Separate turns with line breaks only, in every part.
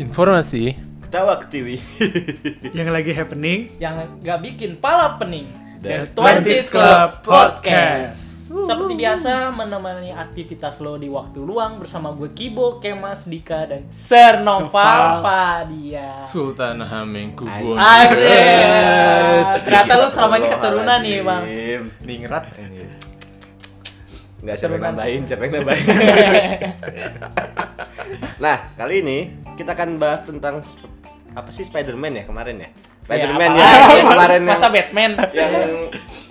informasi
Ketawa ketiwi
yang lagi happening
yang nggak bikin pala pening.
Dan
20s Club Podcast.
Seperti biasa menemani aktivitas lo di waktu luang bersama gue Kibo, Kemas, Dika dan Sir Noval
Noval.
Padia.
Sultan Hamengkubuwono
Asik. Ternyata lo selama ini keturunan nih, Bang.
Astagfirullahaladzim.
Ningrat
Nggak siapa yang
Keturunan.
nambahin, siapa yang nambahin Nah, kali ini kita akan bahas tentang sp- Apa sih Spider-Man ya kemarin ya? Spider-Man
apa
ya,
lagi?
kemarin yang,
Masa Batman?
yang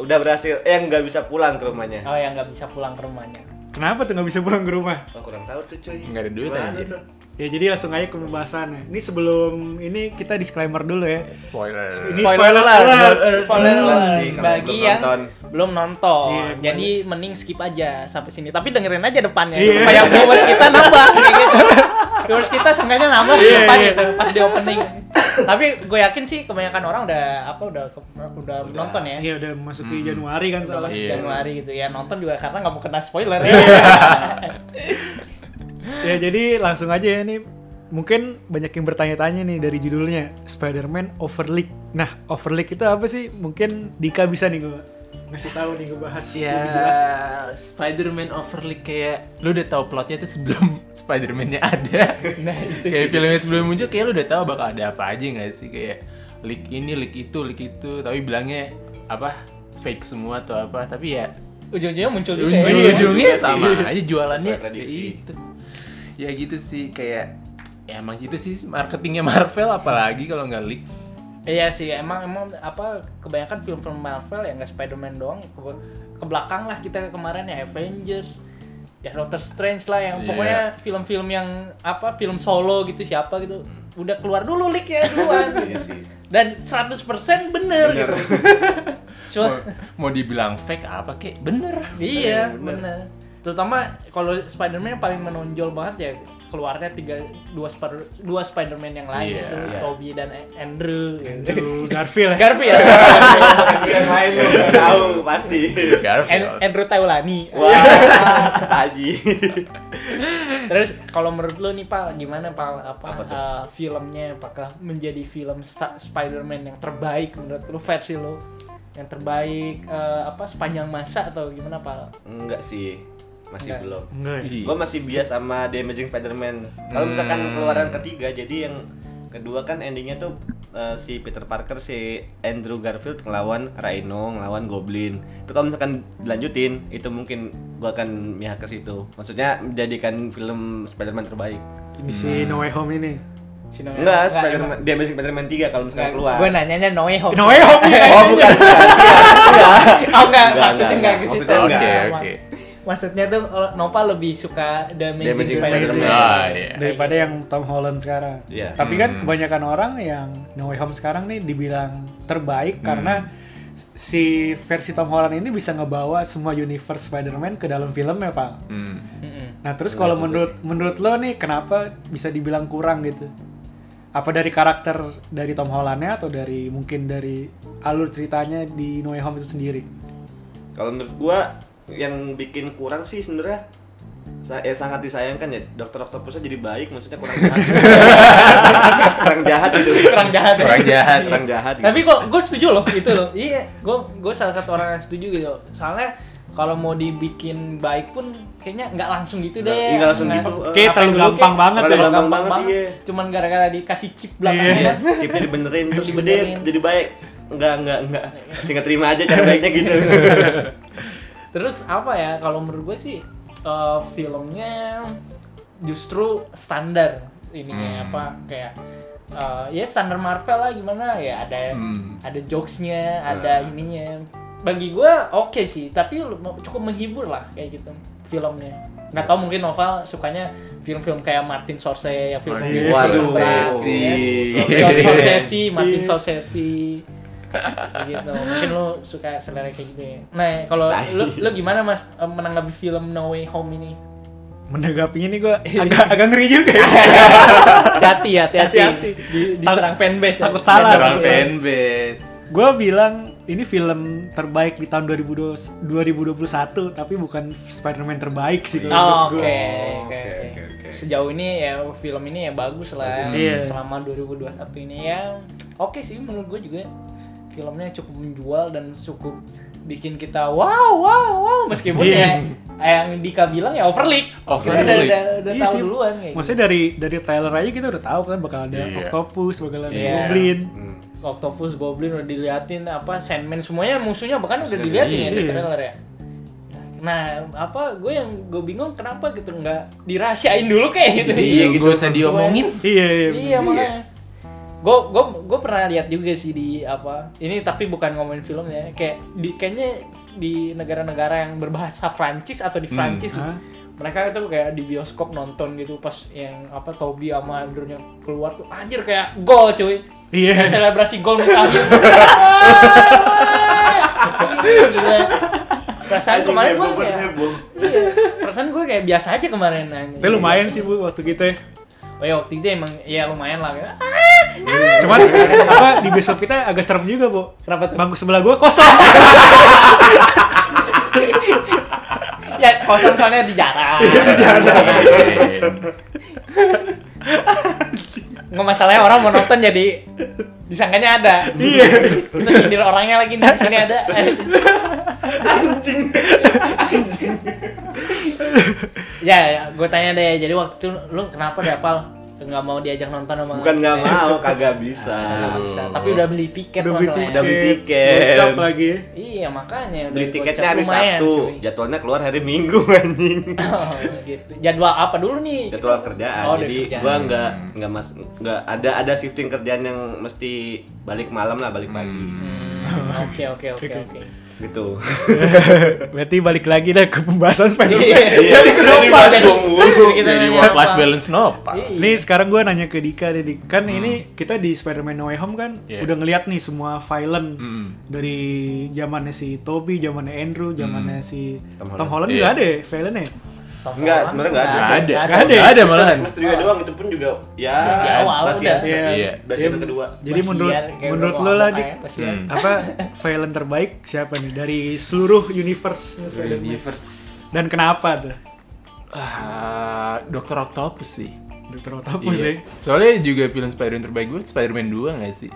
udah berhasil, eh, yang nggak bisa pulang ke rumahnya
Oh, yang nggak bisa pulang ke rumahnya.
kenapa tuh nggak bisa pulang ke rumah
Oh, kurang tahu tuh cuy
Nggak ada duit
Gimana
aja.
tuh?
ya jadi langsung aja ke pembahasannya ini sebelum ini kita disclaimer dulu ya
Spoiler
ini spoiler alert.
Spoiler
Belum
alert.
sih, kalau
bagi
belum
yang
nonton.
belum nonton.
Iya,
Jadi mending skip aja sampai sini. Tapi dengerin aja depannya
Iya.
supaya viewers kita nambah kayak gitu. Viewers kita seenggaknya nambah di
Iya,
depan
iya.
gitu pas di opening. Tapi gue yakin sih kebanyakan orang udah apa udah udah, nonton ya.
Iya udah masuki Januari kan soalnya.
Iya.
Januari gitu ya nonton juga karena nggak mau kena spoiler ya.
Ya jadi langsung aja ya nih. Mungkin banyak yang bertanya-tanya nih dari judulnya Spider-Man Overleak. Nah, Overleak itu apa sih? Mungkin Dika bisa nih gue ngasih tahu nih gue bahas
Ya,
lebih jelas.
Spider-Man Overleak kayak lu udah tahu plotnya tuh sebelum Spider-Man-nya ada. Nah, kayak filmnya sebelum muncul kayak lu udah tahu bakal ada apa aja nggak sih kayak leak ini, leak itu, leak itu, tapi bilangnya apa fake semua atau apa, tapi ya
Ujung-ujungnya muncul juga ya.
ujung-ujungnya
Iya sih.
sama aja jualannya
Sesuai prediksi.
ya itu. Ya gitu sih kayak ya emang gitu sih marketingnya Marvel apalagi kalau nggak leak.
Iya sih, emang emang apa kebanyakan film-film Marvel ya nggak Spider-Man doang ke, ke belakang lah kita kemarin ya Avengers, ya Doctor Strange lah yang
Iya.
pokoknya film-film yang apa film solo gitu siapa gitu udah keluar dulu leak ya duluan.
Hmm. Iya sih
Dan 100% bener,
Bener.
gitu. Cuma
Mau, mau dibilang fake apa kek? Bener.
iya
Bener, bener.
bener. Terutama kalau Spider-Man yang paling menonjol banget ya keluarnya tiga dua Spider dua Spider-Man yang lain
Iya.
itu
Iya.
Tobey dan Andrew. gitu.
Aduh, Garfield ya.
Garfield.
Yang lain lu nggak tahu, pasti
An-
Garfield.
Andrew Iya. Taulani.
Iya. Wah, Haji
Terus kalau menurut lo nih Pak, gimana Pak apa,
Apa tuh?
eh, filmnya apakah menjadi film Sta- Spider-Man yang terbaik menurut lo versi lo? Yang terbaik eh, apa sepanjang masa atau gimana Pak?
Enggak sih, masih
Nggak.
belum
Enggak
Iya.
ya?
Gue masih bias sama The Amazing Spider-Man. Kalau misalkan
Hmm.
keluaran ketiga, jadi yang kedua kan endingnya tuh eh, si Peter Parker, si Andrew Garfield ngelawan Rhino, ngelawan Goblin. Itu kalau misalkan dilanjutin, itu mungkin gua akan mihak ke situ. Maksudnya menjadikan film Spider-Man terbaik.
Ini si No Way Home ini.
Sino-
Enggak, Spider-Man, The Amazing Spider-Man 3 kalau misalkan keluar.
Gue nanyanya No Way Home.
No Way Home ya.
Oh, bukan.
oh enggak,
Enggak,
maksudnya
enggak,
enggak ke situ.
maksudnya enggak.
Oke, oke.
Maksudnya tuh kalau Nova lebih suka The Amazing,
The Amazing
Spider-Man.
Spider-Man.
Ah, iya.
daripada yang Tom Holland sekarang.
Iya.
Tapi kan
Hmm.
kebanyakan orang yang No Way Home sekarang nih dibilang
Hmm.
terbaik karena si versi Tom Holland ini bisa ngebawa semua universe Spider-Man ke dalam filmnya, Pak.
Hmm.
Mm-mm.
Nah, terus kalau menurut menurut lo nih kenapa bisa dibilang kurang gitu? Apa dari karakter dari Tom Hollandnya atau dari mungkin dari alur ceritanya di No Way Home itu sendiri?
Kalau menurut gua yang bikin kurang sih sebenarnya sa- ya sangat disayangkan ya dokter octopusnya jadi baik maksudnya kurang jahat kurang jahat gitu
Kurang jahat. ya.
Kurang jahat.
kurang jahat gitu.
Tapi kok gue setuju loh itu loh. Iya, gue gue salah satu orang yang setuju gitu. Soalnya kalau mau dibikin baik pun kayaknya nggak langsung gitu deh.
Nggak- iya, nggak langsung gitu.
Nah,
Kayak
apa
terlalu
dulu
gampang
kayak-
banget
terlalu
ya. Iya. Gampang banget, iya.
Cuman gara-gara dikasih chip ya. belakangnya.
chipnya dibenerin terus dia
Dibenerin.
jadi baik enggak enggak enggak singkat terima aja cara baiknya gitu
Terus apa ya? Kalau menurut gue sih eh, filmnya justru standar ininya
Hmm.
apa kayak eh, ya standar Marvel lah gimana ya ada
Hmm.
ada jokesnya, ada ininya. Bagi gua oke sih, tapi lu- cukup menghibur lah kayak gitu filmnya. Nggak tahu mungkin novel sukanya film-film kayak Martin Scorsese yang film ya.
Martin
Waduh.
Scorsese.
Iya.
Martin Scorsese, Martin Scorsese. gitu. Mungkin lu suka selera kayak gitu ya. Nah, kalau
Tai.
lu, lu gimana Mas eh, menanggapi film No Way Home ini?
Menanggapinya nih gue agak agak ngeri juga. ya.
Hati-hati, hati-hati.
Hati-hati.
Di- Diserang fanbase. ya.
takut salah.
Serang
Takut salah.
fanbase.
Gue bilang ini film terbaik di tahun 2020 2021 tapi bukan Spider-Man terbaik sih. kalau menurut
Oh, Oke,
gua.
oke, oke.
oke
sejauh ini ya film ini ya bagus lah
Bagus. Iya.
selama 2021 ini ya oke sih menurut gue juga filmnya cukup menjual dan cukup bikin kita wow wow wow meskipun
Iya.
ya yang Dika bilang ya overleak kita
Overleak.
udah, udah, udah
Iya
tahu
sih.
duluan kayak gitu.
Maksudnya dari dari trailer aja kita udah tahu kan bakal ada
Iya.
octopus, bakal ada
Iya.
goblin.
Hmm.
Octopus, Goblin udah diliatin apa Sandman semuanya musuhnya bahkan udah diliatin ya di
Iya.
trailer ya. Nah, apa gue yang gue bingung kenapa gitu nggak dirahasiain dulu kayak gitu.
Iya,
gitu.
gue usah diomongin.
Iya, iya.
Iya makanya. Gue gue gue pernah lihat juga sih di apa ini tapi bukan ngomongin film ya kayak di kayaknya di negara-negara yang berbahasa Prancis atau di Prancis gitu,
Hmm. Hah?
mereka itu kayak di bioskop nonton gitu pas yang apa Toby sama Andrew yang keluar tuh anjir kayak gol cuy
Iya.
Kayak selebrasi gol gitu. minta akhir perasaan Kan kemarin gue kayak iya, perasaan gue kayak biasa aja kemarin nanya
Tapi lumayan sih Bu waktu kita.
oh ya waktu itu emang ya lumayan lah kayak, "Ah,
Cuman apa di besok kita agak serem juga, Bu.
kenapa tuh
Bangku sebelah gua kosong.
ya kosong soalnya di jarak
Iya,
Iya,
nggak masalahnya orang mau nonton jadi disangkanya ada
Iya.
itu nyindir orangnya lagi di sini ada
Anjing.
ya, ya gue tanya deh jadi waktu itu lu kenapa deh Pal nggak mau diajak nonton sama
Bukan nggak
Eh,
mau, kagak bisa.
nggak bisa tapi udah beli tiket
Udah beli tiket.
masalahnya.
Udah beli tiket.
Gocap lagi.
iya makanya
Beli
udah
tiketnya
gocap
hari
lumayan,
Sabtu,
cuy.
jadwalnya keluar hari Minggu anjing.
Oh, gitu. jadwal apa dulu nih
Jadwal kerjaan.
Oh, udah
Jadi
kerjaan.
gua nggak nggak mas nggak ada ada shifting kerjaan yang mesti balik malam lah, balik pagi.
Hmm, oke oke oke oke
Gitu.
Berarti balik lagi dah ke pembahasan Spider-Man.
Iya.
Jadi
kenapa? Jadi kita
Jadi
nanya
work life
apa?
balance nopal.
Iya.
Nih sekarang gue nanya ke Dika deh, Dik. kan ini kita di Spider-Man No Way Home kan
Hmm. Iya. Hmm.
udah ngeliat nih semua violent
Mm-mm.
dari zamannya si Toby, zamannya Andrew, zamannya si Tom
Tom Holland.
Holland,
Hmm. Iya.
nggak ada ya villainnya. ya?
Iya.
Enggak, sebenarnya enggak ada.
Gak ada,
Nggak
gak
ada.
ada, malahan.
Misterius doang itu pun juga ya
Di awal
masih
udah.
ya.
Iya.
Udah season kedua.
Jadi menurut menurut lo lah
ya,
Dik,
Hmm.
apa villain terbaik siapa nih dari seluruh universe Spider-Man?
Universe.
Dan kenapa tuh?
Ah, Dokter Octopus sih.
Dokter Otapus
Iya.
ya?
Soalnya juga film Spider-Man terbaik gue Spider-Man 2 gak sih?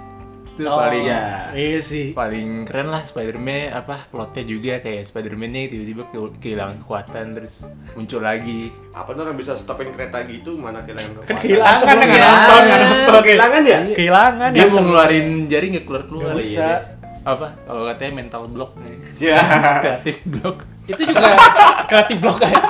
Itu
Oh.
paling
Iya.
Iya sih.
paling keren lah Spider-Man apa plotnya juga kayak Spider-Man-nya tiba-tiba ke- kehilangan kekuatan terus muncul lagi.
Apa tuh orang bisa stopin kereta gitu mana kehilangan
Kan
kekuatan?
kehilangan kan nggak
sebelumnya.
Ah.
nonton, nggak nonton.
Kehilangan
Iya.
ya?
Kehilangan
Dia
ya.
mau ngeluarin jari nggak keluar keluar.
Nggak bisa.
Apa? Kalau katanya mental block nih.
Iya.
Kreatif block.
itu juga kreatif blok aja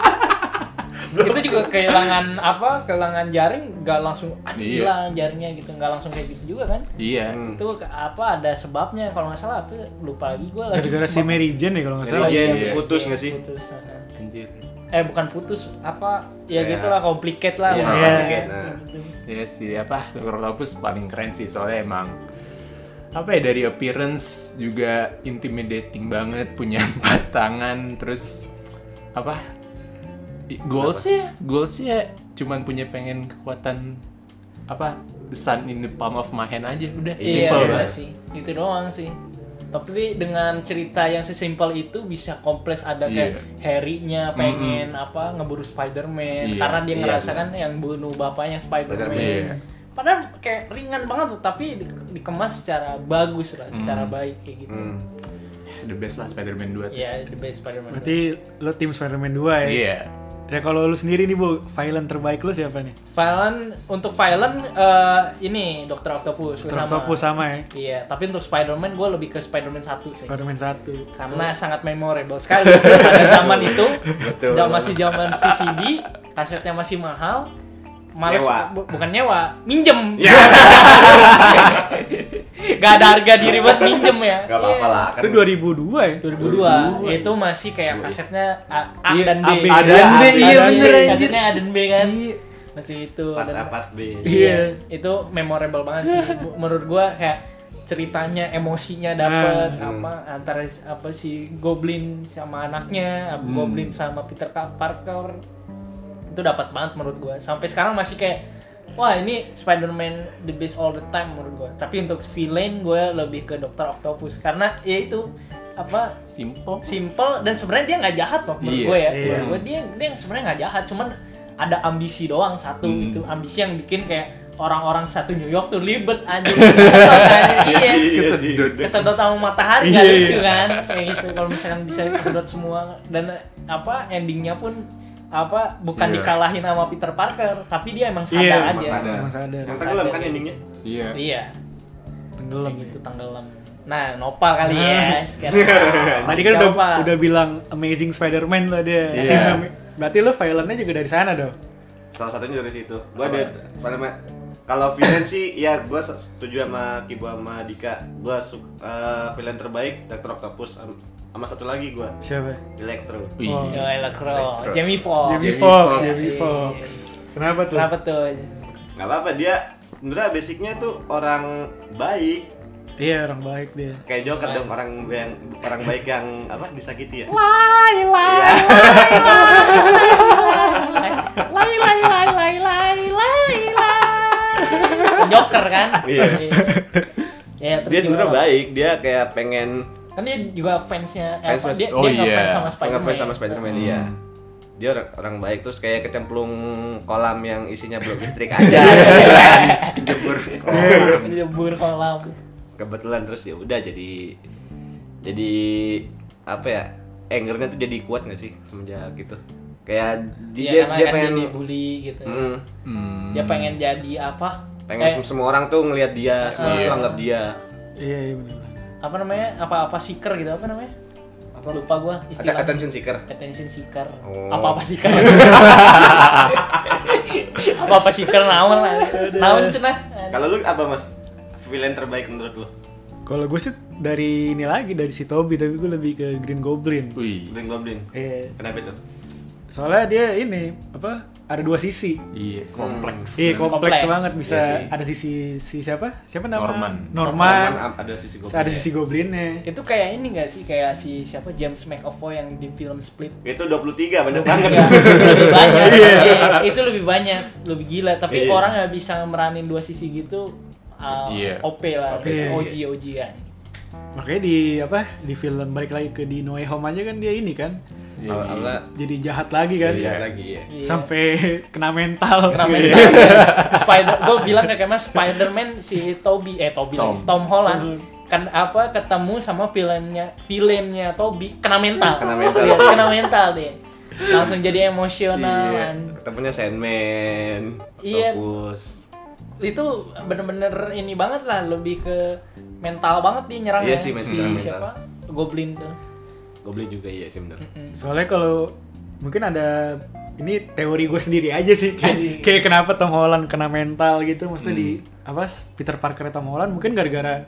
itu juga kehilangan apa kehilangan jaring nggak langsung ah,
Iya.
hilang jaringnya gitu nggak langsung kayak gitu juga kan
Iya.
Hmm.
itu ke- apa ada sebabnya kalau nggak salah apa lupa lagi gue lagi
Gara-gara si
sebab-
Mary Jane ya kalau nggak
Mary
salah.
Oh, iya,
Jane
iya,
putus
iya,
nggak sih?
putus, uh-uh.
Anjir.
eh bukan putus apa ya
Kayak-
gitulah komplit lah
Iya,
pokoknya.
complicated, nah.
Gitu.
Ya sih apa? Dr. Octopus paling keren sih soalnya emang apa ya dari appearance juga intimidating banget punya empat tangan terus apa i- goalsnya goalsnya ya, cuman punya pengen kekuatan apa the sun in the palm of my hand aja udah simple kan?
Iya, iya
banget
sih. Itu doang sih. Tapi dengan cerita yang sesimpel itu bisa kompleks ada
Iya.
kayak Harry-nya pengen apa ngeburu
Iya.
Spider-Man karena dia
Iya,
ngerasakan yang bunuh bapaknya Spider-Man.
Spider-Man. Iya.
Padahal kayak ringan banget tuh, tapi di- dikemas secara bagus lah, secara baik kayak gitu.
Hmm.
the best lah Spider-Man 2 tuh.
Ya, the best Spider-Man.
Berarti lo tim Spider-Man 2 ya?
Iya.
Ya kalau lu sendiri nih Bu, villain terbaik lu siapa nih?
Valen untuk Valen eh, ini Dr. Octopus. gue
Dokter
sama.
Octopus sama ya?
Iya, tapi untuk Spider-Man gue lebih ke Spider-Man 1 sih.
Spider-Man 1
karena sangat memorable sekali pada zaman itu
Betul.
zaman masih zaman VCD kasetnya masih mahal males
Nyewa. Ya.
bu- bukan nyewa minjem gak ada harga diri buat minjem ya
Gak apa-apa lah. kan
Itu 2002 ya?
2002 itu masih kayak kasetnya A, A
Iya,
dan
A,
B
B.
Ada nih,
Iya, ada Iya.
iya
nih.
bener anjir.
kasetnya A dan B kan masih itu
Part A,
dan-
part B.
Iya, itu memorable banget sih. Bu- Menurut gua kayak ceritanya, emosinya dapet
Ah,
apa antara si- apa si Goblin sama anaknya, ab- Goblin sama Peter Ka- Parker itu dapat banget menurut gua. Sampai sekarang masih kayak wah ini Spider-Man the best all the time menurut gua. Tapi untuk villain gua lebih ke Dr. Octopus karena ya itu apa
Simple.
simple dan sebenarnya dia nggak jahat loh menurut
Iya,
gue ya
iya.
menurut gue dia dia sebenarnya nggak jahat cuman ada ambisi doang satu
Hmm.
itu ambisi yang bikin kayak orang-orang satu New York tuh libet anjing Kesedot, anjing. iya
Iya sih.
Kesedot.
kesedot sama matahari nggak
Iya,
lucu
iya.
kan kayak gitu kalau misalkan bisa kesedot semua dan apa endingnya pun apa bukan
Iya.
dikalahin sama Peter Parker tapi dia emang sadar
Iya,
aja
Emang sadar.
Emang sadar.
Yang tenggelam kan endingnya.
Iya.
iya
Tenggelam.
kayak
ya.
gitu tenggelam nah Nopal kali
Nah.
ya sekarang
Tadi kan udah
Nopal.
udah bilang Amazing Spider-Man lah dia.
Iya.
Tim Am- Berarti lo filenya juga dari sana dong.
Salah satunya dari situ. Gua ada Spider-Man. Kalau villain sih ya gua se- setuju sama Kibo sama Dika. Gua suka eh, villain terbaik Dr. Octopus am- sama satu lagi gua
Siapa?
Electro.
Wih.
Iya.
Oh.
Yo, Electro, Oh, Jamie Foxx.
Jamie
Jamie
Fox,
Foxx.
Jamie Fox. Kenapa tuh?
Kenapa tuh?
Gak apa-apa dia sebenarnya basicnya tuh orang baik
Iya orang baik dia.
kayak Joker dong orang yang orang baik yang apa disakiti ya.
Lai, lai,
Iya.
lai, lai, lai, lai, lai, lai, lai. Joker kan?
Iya.
Ya, terus
Dia sebenarnya
gimana?
baik, dia kayak pengen
Kan dia juga fansnya, eh,
Fans
apa,
mas-
dia,
oh
dia nggak
iya.
fans sama Spider-Man.
ngefans sama Spider-Man
Hmm.
iya. Dia orang, orang baik terus kayak kecemplung kolam yang isinya blok listrik aja. gitu kan. Jebur.
Dia bur kolam.
Kebetulan terus ya udah jadi jadi apa ya? Angernya tuh jadi kuat gak sih semenjak gitu. Kayak di-
Iya,
dia,
karena
dia
kan
pengen
dia dibully gitu.
Mm,
Hmm.
Dia Ya, pengen jadi apa?
pengen
Eh,
sem- semua orang tuh ngelihat dia, semua orang
Iya.
tuh anggap dia.
Iya iya benar.
apa namanya? Apa-apa seeker gitu, apa namanya?
Apa?
Lupa gua
Ada
istilahnya.
attention seeker.
attention seeker
Oh.
apa apa seeker apa apa seeker naon lah naon cenah
Kalau lu apa Mas? Villain terbaik menurut lu?
Kalau gue sih dari ini lagi dari si Toby tapi gue lebih ke Green Goblin.
Wih.
Green Goblin.
Iya.
Kenapa itu?
Soalnya dia ini apa? Ada dua sisi.
Iya, kompleks.
Iya kompleks,
Kompleks.
banget bisa
Iya sih.
ada sisi si siapa? Siapa nama?
Norman.
Norman.
Norman ada sisi goblin.
Ada sisi goblinnya.
itu kayak ini gak sih kayak si siapa James McAvoy yang di film Split
Itu 23 banyak banget.
Ya, itu lebih banyak Iya, itu lebih banyak lebih gila tapi
Iya.
orang nggak bisa meranin dua sisi gitu uh,
Iya.
OP lah
OP,
iya.
biasanya OG OG kan
Makanya di apa? Di film balik lagi ke di No Way Home aja kan dia ini kan.
Jadi-
Apa
Jadi jahat lagi kan.
Iya lagi ya.
Iya.
Sampai kena mental.
Kenapa
Iya.
itu? Spider, gue bilang ke Kemal Spiderman si Toby, eh Toby
Tom.
lagi, Tom Holland
Tom.
kan apa ketemu sama filmnya filmnya Toby kena mental
Kena mental.
Iya, kena mental deh langsung jadi emosional
Iya.
an-
Ketemunya Sandman,
Iya.
Octopus.
itu bener-bener ini banget lah lebih ke mental banget dia nyerang
Iya
ya.
sih,
si
mental,
siapa Goblin tuh
Goblin juga iya sih bener.
Mm.
Soalnya kalau mungkin ada ini teori gue sendiri aja sih kayak, kayak kenapa Tom Holland kena mental gitu maksudnya di apa Peter Parker Tom Holland mungkin gara-gara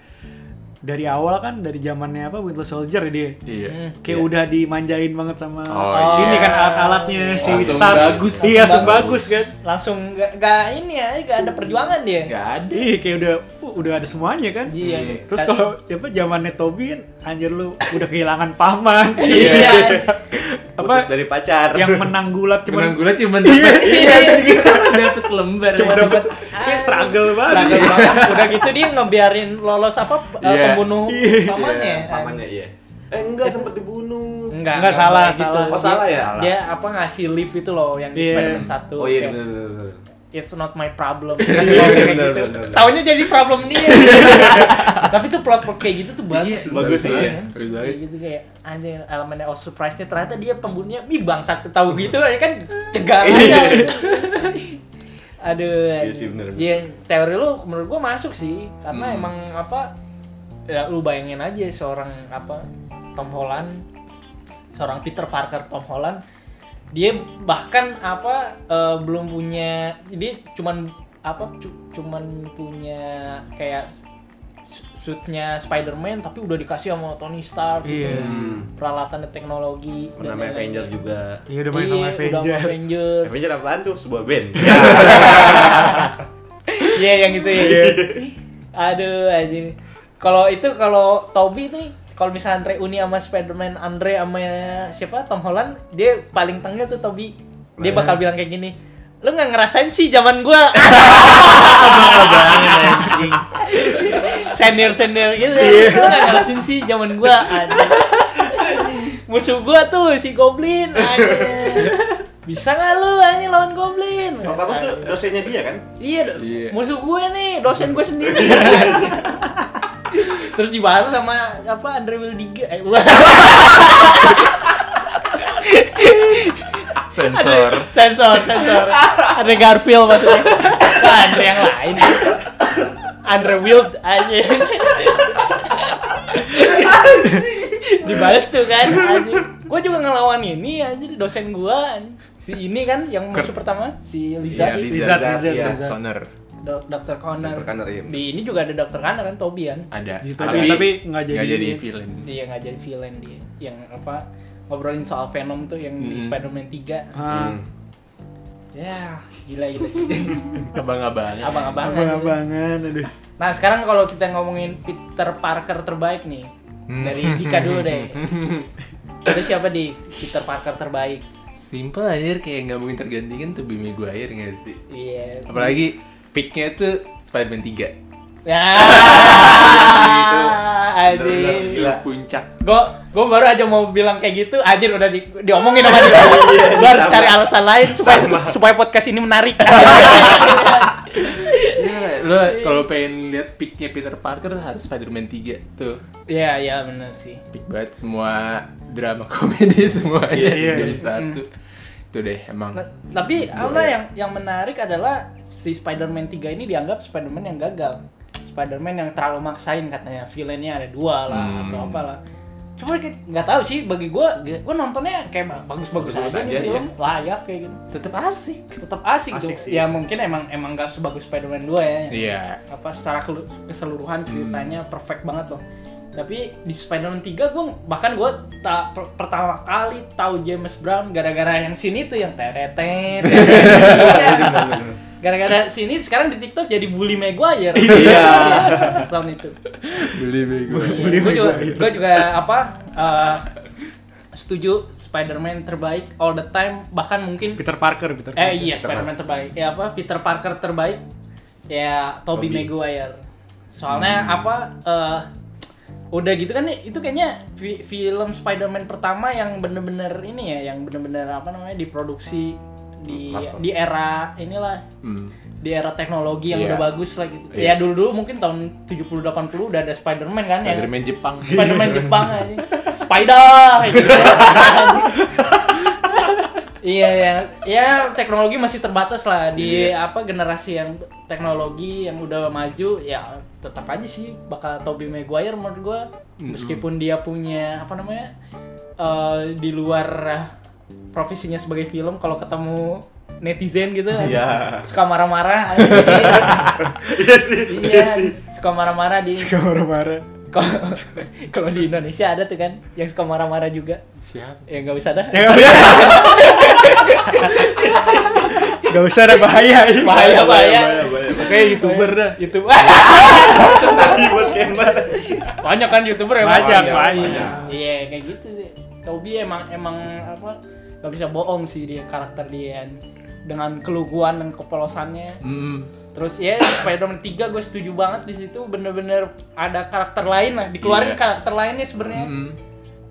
dari awal kan dari zamannya apa Winter Soldier ya dia
Iya.
Mm.
kayak udah dimanjain banget sama
Oh,
ini
iya.
kan alat-alatnya
Iya.
si
Langsung
Stark
bagus.
iya langsung
Bagus.
bagus kan
langsung gak, gak ini ya gak ada perjuangan dia
Gak ada.
iya kayak udah uh, udah ada semuanya kan
Iya.
terus kalau ya apa zamannya Toby kan anjir lu udah kehilangan paman
iya
Putus
apa
dari pacar.
yang menang gulat
Cuman
cuman
gula cuma dapat
Iya.
cuma dapat selembar.
cuma
ya.
dapat kayak struggle banget
Seragam banget. Udah gitu dia ngebiarin lolos apa eh,
Iya.
pembunuh
Iya.
pamannya.
pamannya iya. Eh enggak sempat dibunuh.
Enggak,
Enggak, salah,
kayak
salah.
Oh, salah ya?
Dia, dia apa ngasih lift itu loh yang di
Iya.
Spider-Man 1.
Oh iya
kayak,
bener bener. bener.
It's not my problem.
Iya,
Kayak
bener,
gitu.
bener, bener.
Taunya jadi problem dia. Tapi tuh plot plot kayak gitu tuh
Iya,
bagus. loh.
bagus sih,
iya.
Kan?
Bagus banget.
Kayak gitu kayak anjing elemennya oh surprise-nya ternyata dia pembunuhnya mi bangsat tahu gitu ya kan cegah aja. Aduh.
Iya sih, bener. Hmm.
Iya, teori lu menurut gua masuk sih karena emang apa ya lu bayangin aja seorang apa Tom Holland seorang Peter Parker Tom Holland dia bahkan apa eh, belum punya dia cuman apa cu- cuman punya kayak su- suitnya Spider-Man tapi udah dikasih sama Tony Stark gitu.
Iya.
Hmm.
peralatan teknologi
Namanya
dan lain-lain.
Avenger juga.
Iya udah
Iya,
main sama Avenger.
Avenger.
Avenger apaan tuh? Sebuah band.
Iya yang itu ya. Aduh anjing. Kalau itu kalau Toby nih kalau misalnya reuni sama Spider-Man Andre sama siapa Tom Holland, dia paling tengil tuh Toby. Dia bakal bilang kayak gini. Lu nggak ngerasain sih zaman gua. Senior-senior gitu. Lu nggak ngerasain sih zaman gua. anjing. Musuh gua tuh si Goblin. anjing. bisa nggak lu anjing lawan goblin
Octopus tuh dosennya dia kan?
iya do-
Iya.
musuh gue nih dosen gue sendiri terus dibalas sama apa Andre Wildiga eh, bukan.
sensor
sensor sensor Andre Garfield maksudnya Wah, Andre yang lain Andre Wild aja dibalas tuh kan gue juga ngelawan ini aja dosen gue si ini kan yang masuk pertama si Liza
Iya,
sih
Liza.
Lizard, lizard,
iya.
lizard.
corner
Do- Dr. Connor
Dr. Connor, iya.
di ini juga ada Dr. Connor kan Tobian
ada
Tapi- Gitu, tapi nggak jadi-
villain
dia nggak jadi villain dia yang apa ngobrolin soal Venom tuh yang di
Mm.
Spider-Man 3
Hmm.
Ah,
ya gila gila
abang-abangnya
abang-abangan
abang-abangan, aduh.
Nah sekarang kalau kita ngomongin Peter Parker terbaik nih
Hmm.
dari Dika dulu deh. Itu siapa di Peter Parker terbaik?
simple aja kayak nggak mungkin tergantikan tuh Bimi Guair nggak sih
Iya.
apalagi picknya tuh Spider-Man 3
Ya. Ah.
Itu. Bener-bener
Anjir.
gila.
puncak
Gue gue baru aja mau bilang kayak gitu, anjir udah di- diomongin sama dia. Gue harus
sama.
cari alasan lain supaya supaya podcast ini menarik.
Iya
ya, lo kalau pengen lihat picknya Peter Parker harus Spider-Man 3 tuh
Iya iya benar sih.
pick banget semua drama komedi semuanya
Iya, iya,
jadi
iya.
satu itu deh emang
Nah, tapi apa yang yang menarik adalah si Spider-Man 3 ini dianggap Spider-Man yang gagal. Spider-Man yang terlalu maksain katanya villainnya ada dua lah
Hmm.
atau apalah. Cuma kayak- nggak tahu sih bagi gua, gua nontonnya kayak ba- bagus-bagus
Bagus-bagus
aja, nih
aja,
film, layak kayak gitu.
tetap asik
Tetap asik,
Asik
tuh.
sih.
Ya mungkin emang emang gak sebagus Spider-Man 2 ya. yang-
iya
Apa secara kelu- keseluruhan ceritanya
Hmm.
perfect banget loh. Tapi di Spider-Man 3 gua bahkan gua ta- per- pertama kali tahu James Brown gara-gara yang sini tuh yang teretet.
Iya,
Gara-gara sini sekarang di TikTok jadi bully Maguire. Iya. Sound itu.
beli bego
Bully
Gue juga,
Maguire.
gua juga apa? eh, setuju Spider-Man terbaik all the time bahkan mungkin
Peter Parker, Peter Parker.
eh iya Spider-Man terbaik. Ya apa? Peter Parker terbaik. Ya Tobey
Tobey.
Maguire. Soalnya apa eh, udah gitu kan itu kayaknya fi- film Spider-Man pertama yang bener-bener ini ya yang bener-bener apa namanya diproduksi di
Platform.
di era inilah
hmm.
di era teknologi yang
Iya.
udah bagus lah gitu.
Iya.
Ya dulu-dulu mungkin tahun 70 80 udah ada Spider-Man kan yang
Spider-Man Jepang
Spider-Man
Iya.
Jepang aja. Spider kayak gitu. ya. Iya ya, ya teknologi masih terbatas lah di apa generasi yang teknologi yang udah maju ya tetap aja sih bakal Tobey Maguire menurut gua meskipun dia punya apa namanya eh, di luar profesinya sebagai film kalau ketemu netizen gitu
Iya.
suka marah-marah
Iya sih.
iya suka marah-marah di
Suka marah-marah.
kalau kalau di Indonesia ada tuh kan yang suka marah-marah juga
siapa
ya nggak usah dah
Ya nggak usah. Gak usah ada bahaya. ini.
bahaya
Iya,
bahaya
Kayak youtuber dah.
YouTube
Buat canvas.
banyak kan youtuber ya Mas?
Banyak,
Banyak,
banyak.
iya kayak gitu sih Tobi emang emang apa nggak bisa bohong sih dia karakter dia kan. dengan keluguan dan kepolosannya
hmm.
terus ya Spider-Man 3 gue setuju banget di situ bener-bener ada karakter lain lah dikeluarin
Iya.
karakter lainnya sebenarnya
hmm.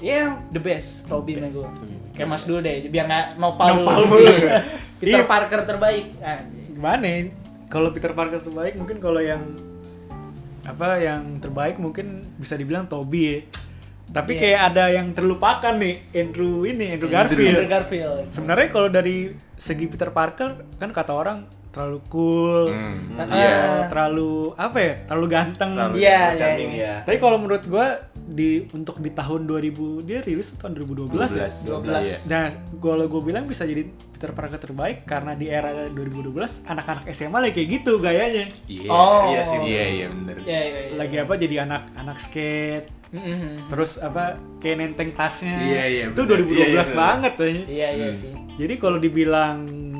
Iya, the best, Toby
Best,
Maguire.
Tobey Maguire.
Kayak Mas dulu deh, biar nggak nopal
Nopal
dulu.
dulu.
Peter
Iya.
Parker terbaik. Ah,
Gimana ya? Kalau Peter Parker terbaik mungkin kalau yang apa yang terbaik mungkin bisa dibilang Toby ya. Tapi
Iya.
kayak ada yang terlupakan nih Andrew ini Andrew
Andrew
Garfield.
Garfield.
Sebenarnya kalau dari segi Peter Parker kan kata orang terlalu cool,
Hmm.
Ah,
Iya.
Oh, terlalu apa ya? Terlalu ganteng.
Terlalu
Iya, iya,
Charming
iya.
ya.
Tapi kalau menurut gua di untuk di tahun 2000 dia rilis tuh tahun 2012 ya.
12.
Iya.
Nah, kalau gue bilang bisa jadi Peter Parker terbaik karena di era 2012 anak-anak SMA lagi kayak gitu gayanya.
Iya.
Oh.
Iya sih.
Iya iya bener.
Iya, iya, iya.
Lagi apa jadi anak-anak skate,
Mm-hmm.
terus apa kayak nenteng tasnya.
Iya, iya,
Itu
bener.
Iya,
2012
iya, bener.
banget ya.
Iya, iya
Hmm.
sih.
Jadi kalau dibilang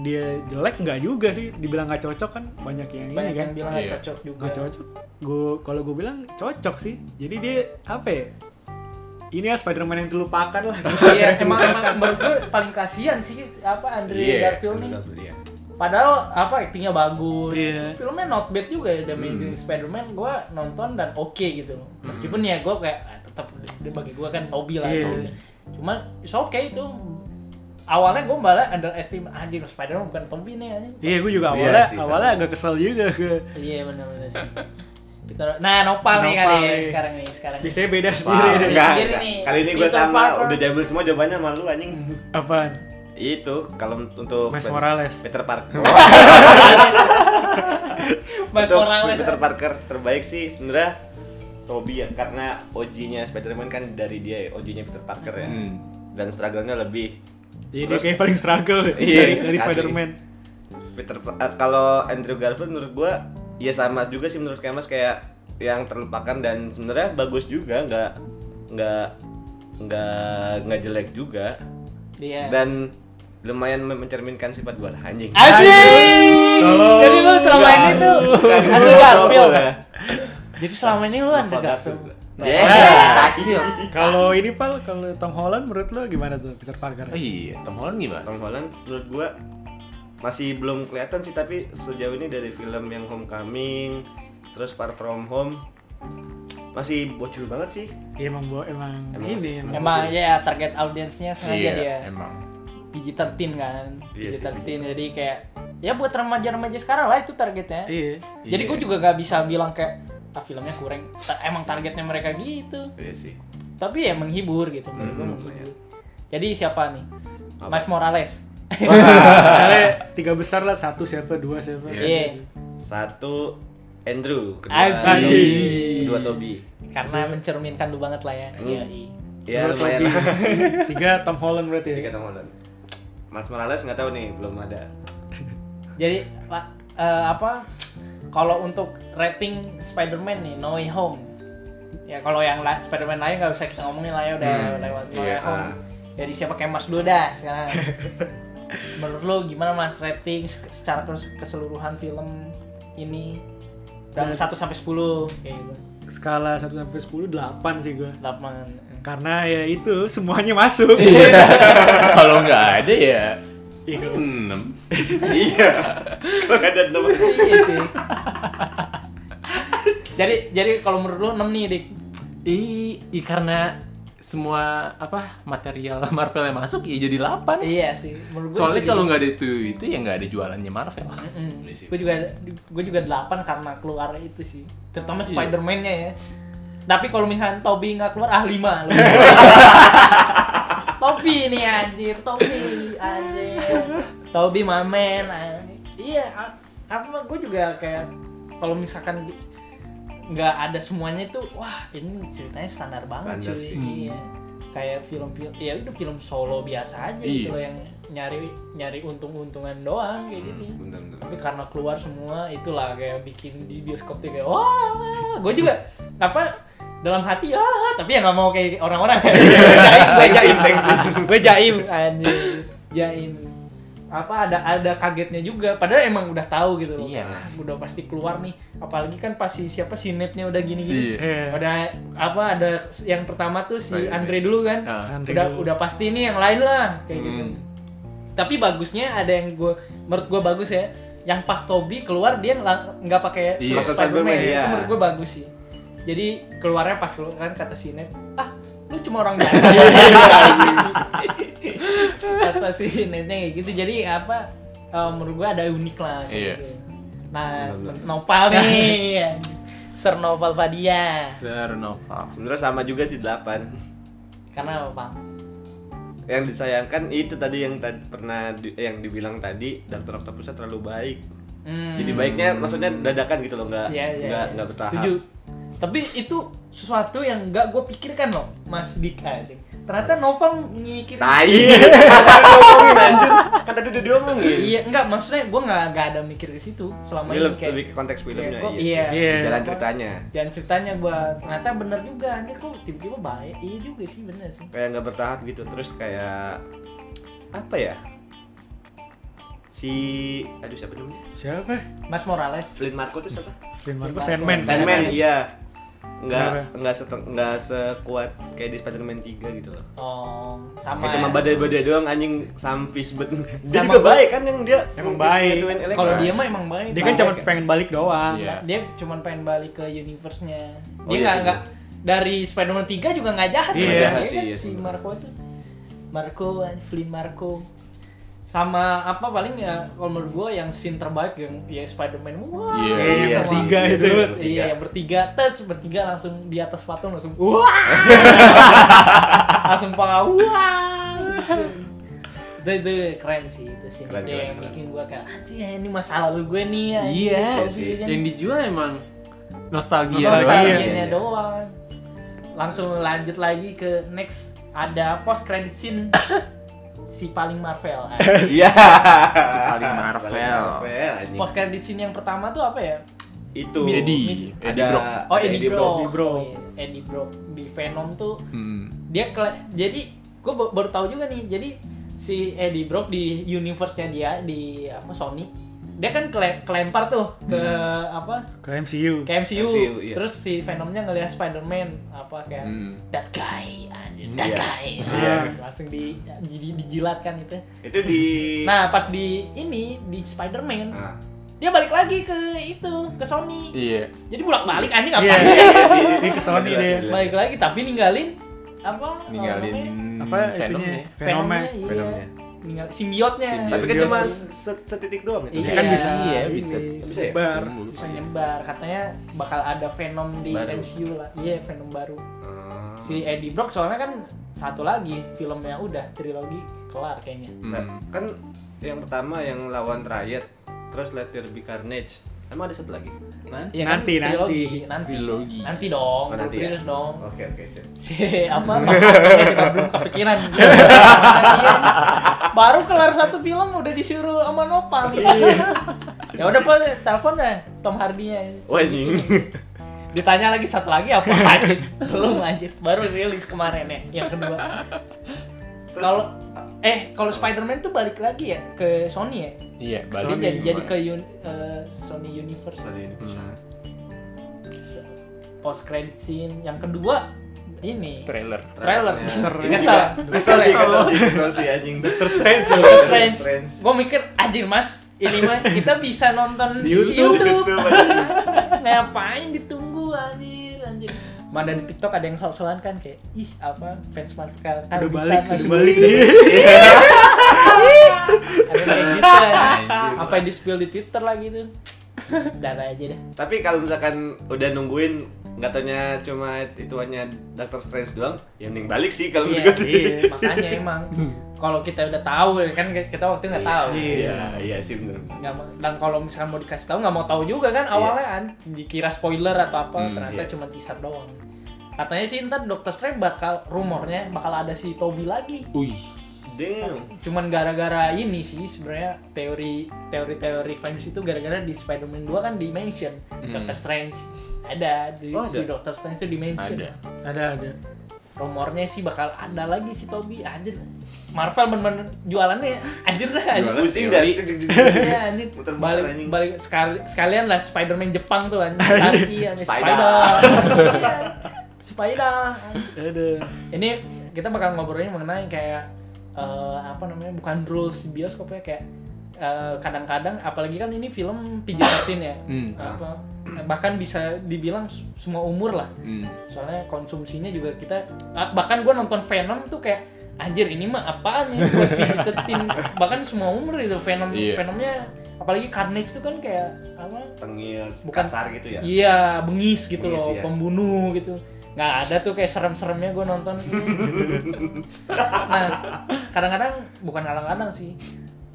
dia jelek nggak juga sih, dibilang nggak cocok kan banyak yang
Banyak
ini kan.
yang bilang nggak
Iya.
cocok juga.
Nggak cocok. Gue kalau gue bilang cocok sih. Jadi dia apa ya? Ini ya Spider-Man yang terlupakan lah.
Iya, emang emang menurut gue paling kasihan sih apa Andrew
Iya.
Garfield nih. Padahal apa aktingnya bagus.
Iya.
Filmnya not bad juga ya The Amazing Spider-Man gua nonton dan oke gitu. Meskipun ya gua kayak ah, tetap dia bagi gua kan Toby lah
Iya.
Toby. Cuman it's okay itu awalnya gue malah underestimate anjing Spider-Man bukan Tobey nih anjing.
Iya, gue juga
Iya
awalnya
sih,
awalnya
sama.
agak kesel juga ke
Iya benar-benar sih. Peter- nah Nopal, nih
Nopal
kali ya,
nih.
sekarang nih sekarang.
biasanya
Wah,
beda
iya.
sendiri
Wow.
deh.
enggak,
Sendiri
enggak.
nih.
Kali ini gue
Peter
sama,
Parker.
udah jabil semua jawabannya malu anjing.
Apaan?
Itu kalau untuk
Miles Morales.
Peter Parker.
Mas
Untuk
Morales.
Peter Parker terbaik sih sebenarnya Toby ya karena OG-nya Spider-Man kan dari dia ya, OG-nya Peter Parker ya.
Hmm.
Dan struggle-nya lebih
Jadi dia
Terus-
kayak paling struggle deh
Iya,
dari, dari
asli.
Spider-Man.
Peter Pa- eh, kalau Andrew Garfield menurut gua ya sama juga sih menurut Kemas kayak yang terlupakan dan sebenarnya bagus juga nggak nggak nggak nggak jelek juga
Iya.
dan lumayan mencerminkan sifat gua lah anjing
Anjing.
Tolong.
Jadi lu selama ini tuh Andrew Garfield.
Gua-
Jadi selama ini lu Andrew
ya. Nopal
Garfield.
Garfield. Ya.
Nah,
Yeah.
Garfield.
Kalau ini pal, kalau Tom Holland menurut lo gimana tuh Peter Parker?
Oh iya, Tom Holland gimana?
Tom Holland menurut gua masih belum kelihatan sih tapi sejauh ini dari film yang Homecoming terus Far From Home masih bocil banget sih
Iya emang gua emang,
Emang
ini
sih.
emang.
Emang ya target audiensnya sengaja dia.
Iya, emang.
PG-13 kan.
Iya sih,
PG-13 jadi kayak ya buat remaja-remaja sekarang lah itu targetnya.
Iya.
Jadi gue
Iya.
juga gak bisa bilang kayak ah, filmnya kurang. Ta- Emang targetnya mereka gitu.
iya sih
Tapi ya menghibur gitu. menurut gua
Mhm,
menghibur. Jadi siapa nih? Mas Morales.
Misalnya tiga besar lah satu siapa dua siapa.
Iya.
Iya.
satu Andrew
Asik.
Toby, kedua Toby
Karena mencerminkan lu banget lah ya.
Hmm.
Iya. iya.
ya
Menurut
lumayan
lo
lah
tiga- tiga Tom Holland berarti.
tiga
Ya?
Tom Holland Mas Morales nggak tahu nih belum ada
Jadi Pak, eh, apa? Kalau untuk rating Spider-Man nih No Way Home. Ya kalau yang la- Spider-Man lain nggak usah kita ngomongin lah ya udah lewat No
iya.
Way Home.
Ah.
Dari siapa kayak Mas dulu dah sekarang. Menurut lo gimana Mas rating se- secara kes- keseluruhan film ini? Dari
Dari-
1 sampai 10 kayak gitu.
Skala 1 sampai 10 delapan sih gua.
8.
Karena ya itu semuanya masuk.
Iya. Kalau nggak ada ya
Iya, kalau-
enam.
iya kalau nggak ada Tom
iya sih. jadi jadi kalau menurut lo 6 nih, Dik.
I, i karena semua apa material Marvel yang masuk ya jadi 8
Iya sih. Menurut gua gitu.
Soalnya
jadi-
kalau nggak ada itu itu ya nggak ada jualannya Marvel.
gue juga gue juga delapan karena keluar itu sih
Ah,
terutama
iya.
Spider-Man-nya ya tapi kalau misalnya Toby nggak keluar ah lima lebih. Toby nih anjir Toby anjir Toby mamen anjir. iya a- apa gue juga kayak kalau misalkan di- nggak ada semuanya itu wah ini ceritanya standar banget
Standar
cuy
sih.
iya kayak film-film ya udah film solo biasa aja
Iya.
gitu loh yang nyari nyari untung-untungan doang
Hmm,
kayak gitu
bentar bentar
tapi karena keluar semua itulah kayak bikin di bioskop tuh kayak wah gue juga apa dalam hati ya tapi ya nggak mau kayak orang-orang
Iya.
gue jaim gue jaim anjir jaim apa ada ada kagetnya juga padahal emang udah tahu gitu loh
Iya.
Ah, udah pasti keluar nih apalagi kan pasti siapa si netnya udah gini-gini
Iya.
Iya.
Ada apa ada yang pertama tuh si
Spider-Man.
Andre dulu kan
Nah,
Andre
udah
dulu.
udah pasti ini yang lain lah kayak gitu
Hmm.
tapi bagusnya ada yang gue menurut gue bagus ya yang pas Toby keluar dia lang- nggak pakai
Iya.
surat
Pakai
Spiderman ya.
Spiderman, iya.
itu menurut gue bagus sih jadi keluarnya pas keluar kan kata si Ned ah lu cuma orang biasa kata si Nednya kayak gitu jadi apa eh, menurut gue ada unik lah kayak
Iya.
gitu. nah
Benar-benar.
Nopal nih Sir Nopal Padia
Sir Nova.
sebenarnya sama juga sih delapan
karena apa
yang disayangkan itu tadi yang tadi pernah di- yang dibilang tadi Dr. Octopusnya terlalu baik.
Hmm.
Jadi baiknya maksudnya dadakan gitu loh nggak
Iya, iya,
nggak
iya.
nggak bertahap.
Setuju. Tapi itu sesuatu yang nggak gue pikirkan loh, Mas Dik. anjing. Ternyata Novel mikirin.
Tai. Kata diomongin anjir. Kan tadi udah diomongin.
Iya, enggak maksudnya gue nggak nggak ada mikir ke situ
Ini
selama ini
lebih,
kayak
lebih ke konteks filmnya
kayak gua-
sih.
iya.
Iya.
Jalan ceritanya.
Dan ceritanya gue ternyata bener juga, anjir kok tiba-tiba baik. Iya juga sih bener sih.
Kayak nggak bertahap gitu terus kayak apa ya? Si aduh siapa namanya?
Siapa?
Mas Morales.
Flynn Marko tuh siapa?
Film Marco
Marco.
Sandman.
Sandman,
Sandman.
iya. Nggak
Kenapa?
nggak seteng- nggak sekuat kayak di Spider-Man 3 gitu loh.
Oh, sama.
Ya, cuma
ya.
badai-badai doang anjing sampis bet. Dia
Sama
juga
gua.
baik kan yang dia
Emang baik.
ngeduin Elektra.
Kalau dia mah emang baik.
Dia kan
Pak.
cuma pengen balik doang.
Iya.
dia cuma pengen balik ke universe-nya.
Oh,
Dia
iya
nggak
sih,
nggak dari Spider-Man 3 juga nggak jahat
Iya,
sebenarnya,
jahat
ya
sih,
kan?
iya
si
sih.
Marco itu. Marco Flynn Marco sama apa paling ya kalau menurut gue yang scene terbaik yang ya Spider-Man wah
Iya,
wah,
iya,
wah.
bertiga itu.
iya yang bertiga tes bertiga langsung di atas patung langsung wah langsung pangga wah itu, itu keren sih itu sih
Keren,
itu
keren,
yang
keren.
bikin gue kayak anjing ya ini masa lalu gue nih ya
Iya
sih.
kan?
Yang dijual emang nostalgia.
nostalgianya
banget.
iya.
doang langsung lanjut lagi ke next ada post credit scene si paling Marvel Ah.
Iya.
Si paling Marvel.
anjing.
post credit scene yang pertama tuh apa ya
Itu.
Eddie,
Ada
Eddie Brock.
oh
ada Brock.
Eddie, Brock
Eddie Brock.
Iya, Eddie Brock di Venom tuh
Hmm.
dia kela- jadi gue baru tahu juga nih jadi si Eddie Brock di universe-nya dia di apa Sony dia kan kele- kelempar tuh ke apa
Ke MCU.
ke MCU,
MCU, iya.
terus si Venomnya ngelihat Spider-Man apa kayak
Hmm.
that guy anjir, that
Iya.
guy
Iya.
Nah, langsung di, di- dijilat kan gitu
Itu di
nah pas di ini di Spider-Man
Ah.
dia balik lagi ke itu ke Sony
Iya.
jadi bolak balik anjing
Iya.
ngapain
Iya sih,
Ini ke Sony
Gila,
deh.
gila.
balik lagi tapi ninggalin apa
Ninggalin ya.
namanya?
Apa itunya?
Venomnya.
Fenomen.
Venomnya, iya.
Venomnya.
Ninggal, simbiotnya
Simbiot.
Tapi kan cuma se- setitik doang gitu. itu.
Iya.
Kan bisa
Iya,
ini,
bisa.
Bisa ya?
sebar.
bisa nyebar katanya bakal ada Venom di
Baru.
MCU lah iya Venom baru
Ah.
si Eddie Brock soalnya kan satu lagi filmnya udah trilogi kelar kayaknya
Nah,
Hmm.
kan yang pertama yang lawan Riot, terus Let There Be Carnage. Emang ada satu lagi?
Iya
Nanti,
trilogi,
nanti.
nanti
Trilogi.
nanti
Oh,
dong
nanti ya?
terus dong
Oke, oke, sip.
si apa makanya juga belum kepikiran Kalian. baru kelar satu film udah disuruh sama Nopal ya udah pak telepon deh Tom Hardy nya
Wah, anjing.
ditanya lagi satu lagi apa anjir belum anjir baru rilis kemarin ya yang kedua
Terus-
kalau eh kalau Spider-Man tuh balik lagi ya ke Sony ya
Iya,
Jadi
balik
jadi jadi ke
semua.
ya.
un- eh, Sony Universe
Sorry, ini bisa.
Hmm.
post credit scene yang kedua ini
trailer.
trailer
Trailernya.
Kesel.
Ini
kesel
Iya.
Kesel sih, kesel sih, kesel sih anjing.
Doctor Strange.
Doctor
Doctor
Strange.
Iya.
Strange.
Gue mikir, anjir mas, ini mah kita bisa nonton
Di YouTube.
Ngapain ditunggu anjir, anjir. Mana di TikTok ada yang sok-sokan kan kayak, ih apa fans Marvel kan
Udah balik, udah
langsung,
balik.
"Ih,
Iya.
Ada kayak gitu anjir.
Anjir.
Apa yang di-spill di Twitter lagi tuh. Darah aja deh.
Tapi kalau misalkan udah nungguin nggak taunya cuma ituannya Doctor Strange doang, ya mending balik sih kalau
Iya,
menurut gue sih.
iya.
Makanya emang kalau kita udah tahu kan kita waktu nggak tahu.
Iya, iya sih bener.
Nggak mau- dan kalau misalkan mau dikasih tahu nggak mau tahu juga kan awalnya kan dikira spoiler atau apa
Iya. Hmm,
ternyata
iya.
cuma teaser doang katanya sih ntar Dr. Strange bakal rumornya bakal ada si Toby lagi
Wih,
Damn.
cuman gara-gara ini sih sebenarnya teori teori-teori fans itu gara-gara di Spider-Man 2 kan di mention
Hmm.
Dr. Strange ada di
Oh,
si
ada.
Dr. Strange itu di mention
ada.
Ada ada.
rumornya sih bakal ada lagi si Toby anjir Marvel bener-bener jualannya anjir dah anjir.
Jualan
Pusing dah.
teori.
Iya, ini
Muter-muter
balik
anjing.
balik sekali sekalian lah Spider-Man Jepang tuh kan. Tapi ya
Spider.
Spider. Iya, Spider.
Ada.
Ini kita bakal ngobrolin mengenai kayak eh, apa namanya? Bukan rules di bioskop ya kayak eh, kadang-kadang apalagi kan ini film PG-13 ya.
Hmm.
Apa, bahkan bisa dibilang s- semua umur lah
Hmm.
soalnya konsumsinya juga kita ah, bahkan gue nonton Venom tuh kayak anjir ini mah apaan ya buat dideketin bahkan semua umur itu Venom
Iya.
Venomnya apalagi Carnage tuh kan kayak apa
Tengil,
Bukan-
kasar gitu ya.
iya bengis gitu
Bengis,
loh
iya.
pembunuh gitu nggak ada tuh kayak serem-seremnya gue nonton nah kadang-kadang bukan kadang-kadang sih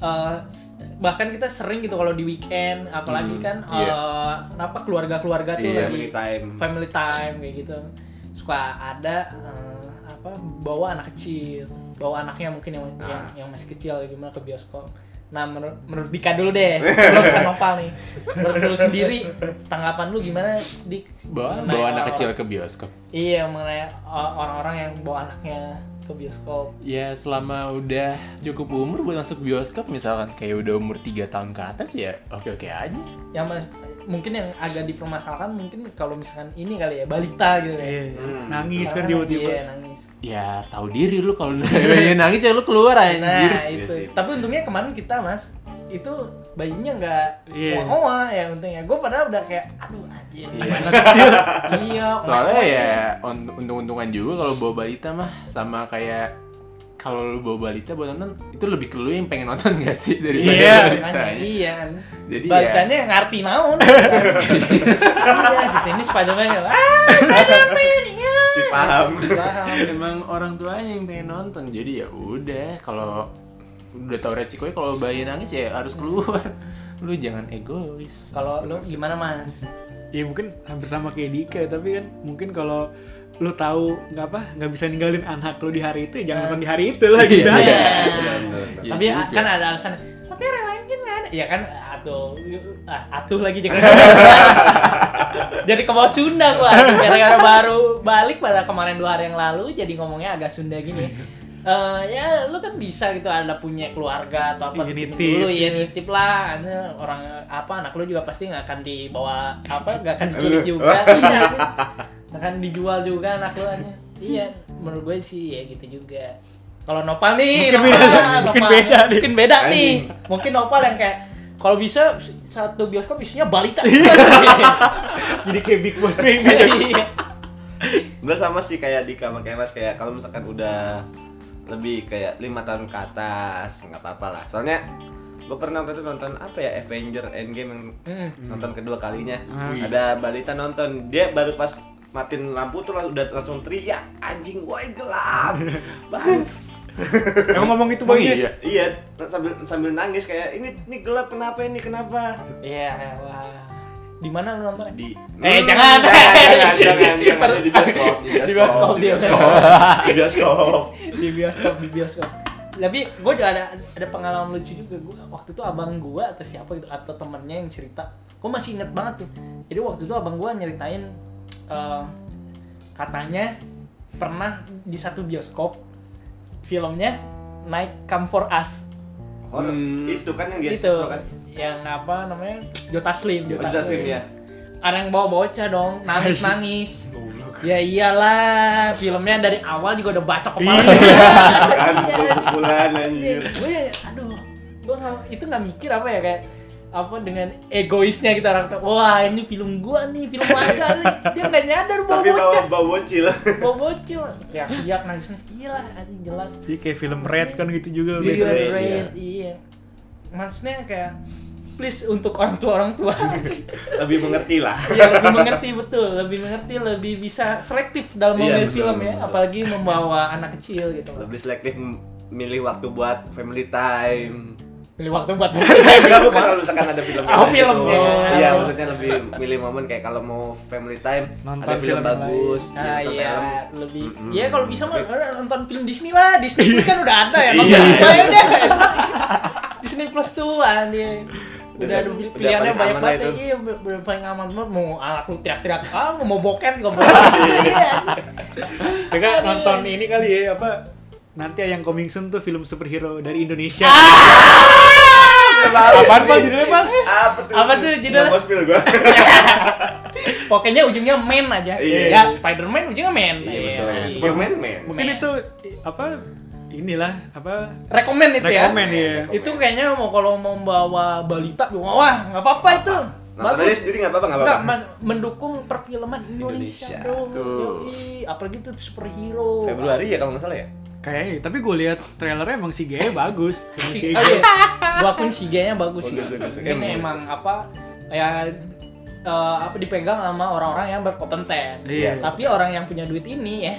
eh, s- bahkan kita sering gitu kalau di weekend apalagi
Hmm,
kan
iya.
eh, apa keluarga-keluarga tuh
Iya.
lagi
Family time.
family time kayak gitu suka ada eh, apa bawa anak kecil bawa anaknya mungkin yang yang,
Nah.
Ah.
yang masih kecil gimana ke bioskop nah menur- menurut Dika dulu deh sebelum ke Nopal nih menurut lu sendiri tanggapan lu gimana Dik
Bawa,
Mengenai
bawa anak
orang-
kecil ke bioskop.
iya mengenai o- orang-orang yang bawa anaknya ke bioskop
Ya selama udah cukup umur buat masuk bioskop misalkan kayak udah umur 3 tahun ke atas ya oke-oke aja.
yang mas- mungkin yang agak dipermasalahkan mungkin kalau misalkan ini kali ya balita gitu ya
Iya.
Hmm.
Nangis kan
Karena iya,
tiba-tiba.
nangis
Ya tahu diri lu kalau pengen nangis ya lu keluar anjir.
Iya
Nah itu.
sih.
Tapi untungnya kemarin kita mas itu bayinya nggak
Iya.
yeah. oa ya untungnya. Gue padahal udah kayak aduh anjir.
Iya.
iya.
Nah. Soalnya
oa-oa.
ya un- untung-untungan juga kalau bawa balita mah sama kayak kalau lu bawa balita buat nonton itu lebih ke lu yang pengen nonton gak sih daripada
Iya,
balitanya.
makanya iya kan.
Jadi ya,
Balikannya ngarti naon. Iya, gitu ini Spider-Man ya. Ah, Spider-Man. iya.
si paham
Si paham.
emang orang tuanya yang pengen nonton jadi ya udah kalau udah tahu resikonya kalau bayi nangis ya harus keluar lu jangan egois
Kalau lu gimana, Mas?
ya mungkin hampir sama kayak Dika tapi kan mungkin kalau lu tahu nggak apa nggak bisa ninggalin anak lu di hari itu ya jangan nonton di hari itu lah gitu
Iya.
aja.
Nah,
Iya
Tapi
juga.
kan ada alasan. Tapi orang lain kan nggak ada. Ya kan atuh ah, atuh lagi jangan. jadi ke bawah Sunda gua. Gara-gara baru balik pada kemarin dua hari yang lalu jadi ngomongnya agak Sunda gini. Eh, ya lu kan bisa gitu ada punya keluarga atau
Iya,
apa gitu
nitip.
dulu ya nitip lah Karena orang apa anak lu juga pasti nggak akan dibawa apa nggak akan diculik juga iya nggak akan dijual juga anak lu hanya. iya menurut gue sih ya gitu juga kalau Nopal nih,
Mungkin
Nopal,
beda, mungkin
Nopal.
beda nih.
Mungkin beda
Anjing.
nih. Mungkin Nopal yang kayak kalau bisa satu bioskop isinya balita. Iya.
jadi kayak gitu. big boss baby
gue sama sih kayak Dika sama kayak Mas kayak kalau misalkan udah lebih kayak lima tahun ke atas nggak apa-apa lah soalnya gue pernah waktu itu nonton apa ya Avenger Endgame yang
Hmm.
nonton kedua kalinya
Hmm.
ada balita nonton dia baru pas matiin lampu tuh lang- udah langsung teriak anjing woi gelap bans
emang ngomong itu
Emang
bang
iya?
iya sambil sambil nangis kayak ini ini gelap kenapa ini kenapa
Iya, wah. Di mana lu nontonnya?
di
Eh,
Hmm,
jangan.
jangan jangan jangan di bioskop
Di bioskop,
di bioskop di
di
bioskop
di bioskop di bioskop tapi gue juga ada ada pengalaman lucu juga gue waktu itu abang gue atau siapa gitu atau temennya yang cerita gue masih inget banget tuh jadi waktu itu abang gue nyeritain eh, katanya pernah di satu bioskop filmnya naik Come For Us
Horor.
Hmm.
itu kan yang dia
gitu
suruh kan
yang apa namanya Jota Slim
Oh, jelas film ya
Iya. ada yang bawa bocah dong nangis nangis ya iyalah filmnya dari awal juga udah bacok kepala
kan kumpulan anjir
gue ya aduh gue itu nggak mikir apa ya kayak apa dengan egoisnya kita orang tua wah ini film gua nih film warga nih dia nggak nyadar bawa
tapi bawa
bocah
bawa bocil
bawa bocil ya teriak nangis nangis gila anjing jelas
jadi kayak film red kan gitu juga
Video
biasanya
Red.
rate, iya maksudnya kayak please untuk orang tua orang tua
lebih mengerti lah
ya lebih mengerti betul lebih mengerti lebih bisa selektif dalam
Iya,
memilih
betul,
film ya
betul.
apalagi membawa anak kecil gitu
lebih selektif m- milih waktu buat family time
pilih waktu buat
Enggak bukan kalau misalkan ada film
Eh, Oh, film, ya.
Iya, maksudnya lebih milih momen kayak kalau mau family time
Nonton
ada film,
film yang
bagus, gitu kan.
Ah
nonton
iya,
film.
lebih.
Mm-mm.
Ya kalau bisa mah nonton film Disney lah. Disney Plus kan udah ada ya. Nonton
Iya.
apa ya deh. Disney Plus tuh anjir. Udah,
Udah
ada
udah
pilihannya
paling
banyak
aman
banget.
lah itu.
Iya, ber- ber- paling aman banget mau anak lu teriak-teriak, "Ah, mau boker gak boleh." Iya.
mereka nonton ini kali ya apa nanti yang coming soon tuh film superhero dari Indonesia apaan pak judulnya pak
Apa tuh?
Apa tuh judulnya?
Nggak mau spill gua.
Pokoknya ujungnya men aja.
Iya.
Ya Spider-Man ujungnya men.
Iya betul.
Iya.
Superman man.
mungkin
Man.
itu i- apa inilah apa
Rekomen itu ya.
rekomen
Iya,
ya
Itu kayaknya mau kalau mau bawa balita, wah nggak apa-apa itu.
Nonton aja sendiri enggak apa-apa, enggak
Nggak,
apa-apa.
men- mendukung perfilman Indonesia,
Indonesia,
dong.
tuh.
Yoi, apalagi tuh superhero.
Februari ya kalau nggak salah ya?
kayaknya tapi gue lihat trailernya emang si Gaya bagus Emang si
Si-
Gaya
oh iya. Gua akuin si Gaya-nya bagus sih.
Bagus, Oh, bagus, bagus.
Ini
Emang
emang apa ya eh, apa dipegang sama orang-orang yang berkompeten.
Iya.
Tapi orang yang punya duit ini ya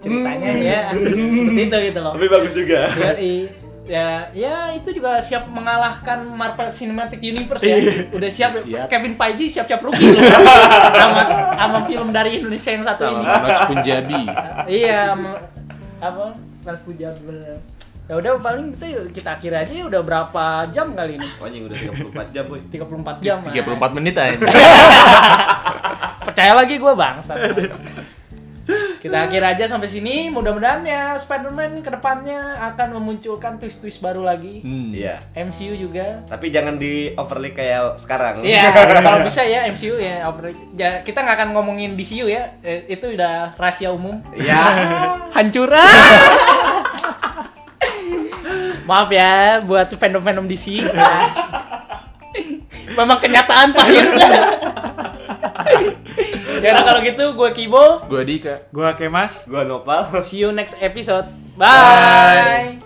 ceritanya
Hmm.
ya seperti itu gitu loh.
Tapi bagus juga.
Yoi. ya ya itu juga siap mengalahkan Marvel Cinematic Universe ya
Iya.
udah siap,
Siap.
Kevin Feige siap-siap rugi loh. sama sama film dari Indonesia yang satu
sama
ini
Mas Punjabi
iya me- apa Mas Puja bener ya udah paling kita kita akhir aja ya, udah berapa jam kali ini
Anjing udah 34 jam, boy.
34 jam
34 menit aja
ah. percaya lagi gue bangsa kita akhir aja sampai sini mudah-mudahan ya Spider-Man kedepannya akan memunculkan twist-twist baru lagi
Hmm.
Iya.
MCU juga
Tapi jangan di overlay kayak sekarang.
Iya, kalau bisa ya MCU ya. Oper- ja- Kita nggak akan ngomongin DCU ya, eh, itu udah rahasia umum.
Iya.
Hancur. Maaf ya buat fandom-fandom DC. Memang kenyataan pahit. Ya udah, kalau gitu gue Kibo.
gua Dika
gue Kemas
Gua Nopal.
See you next episode. Bye.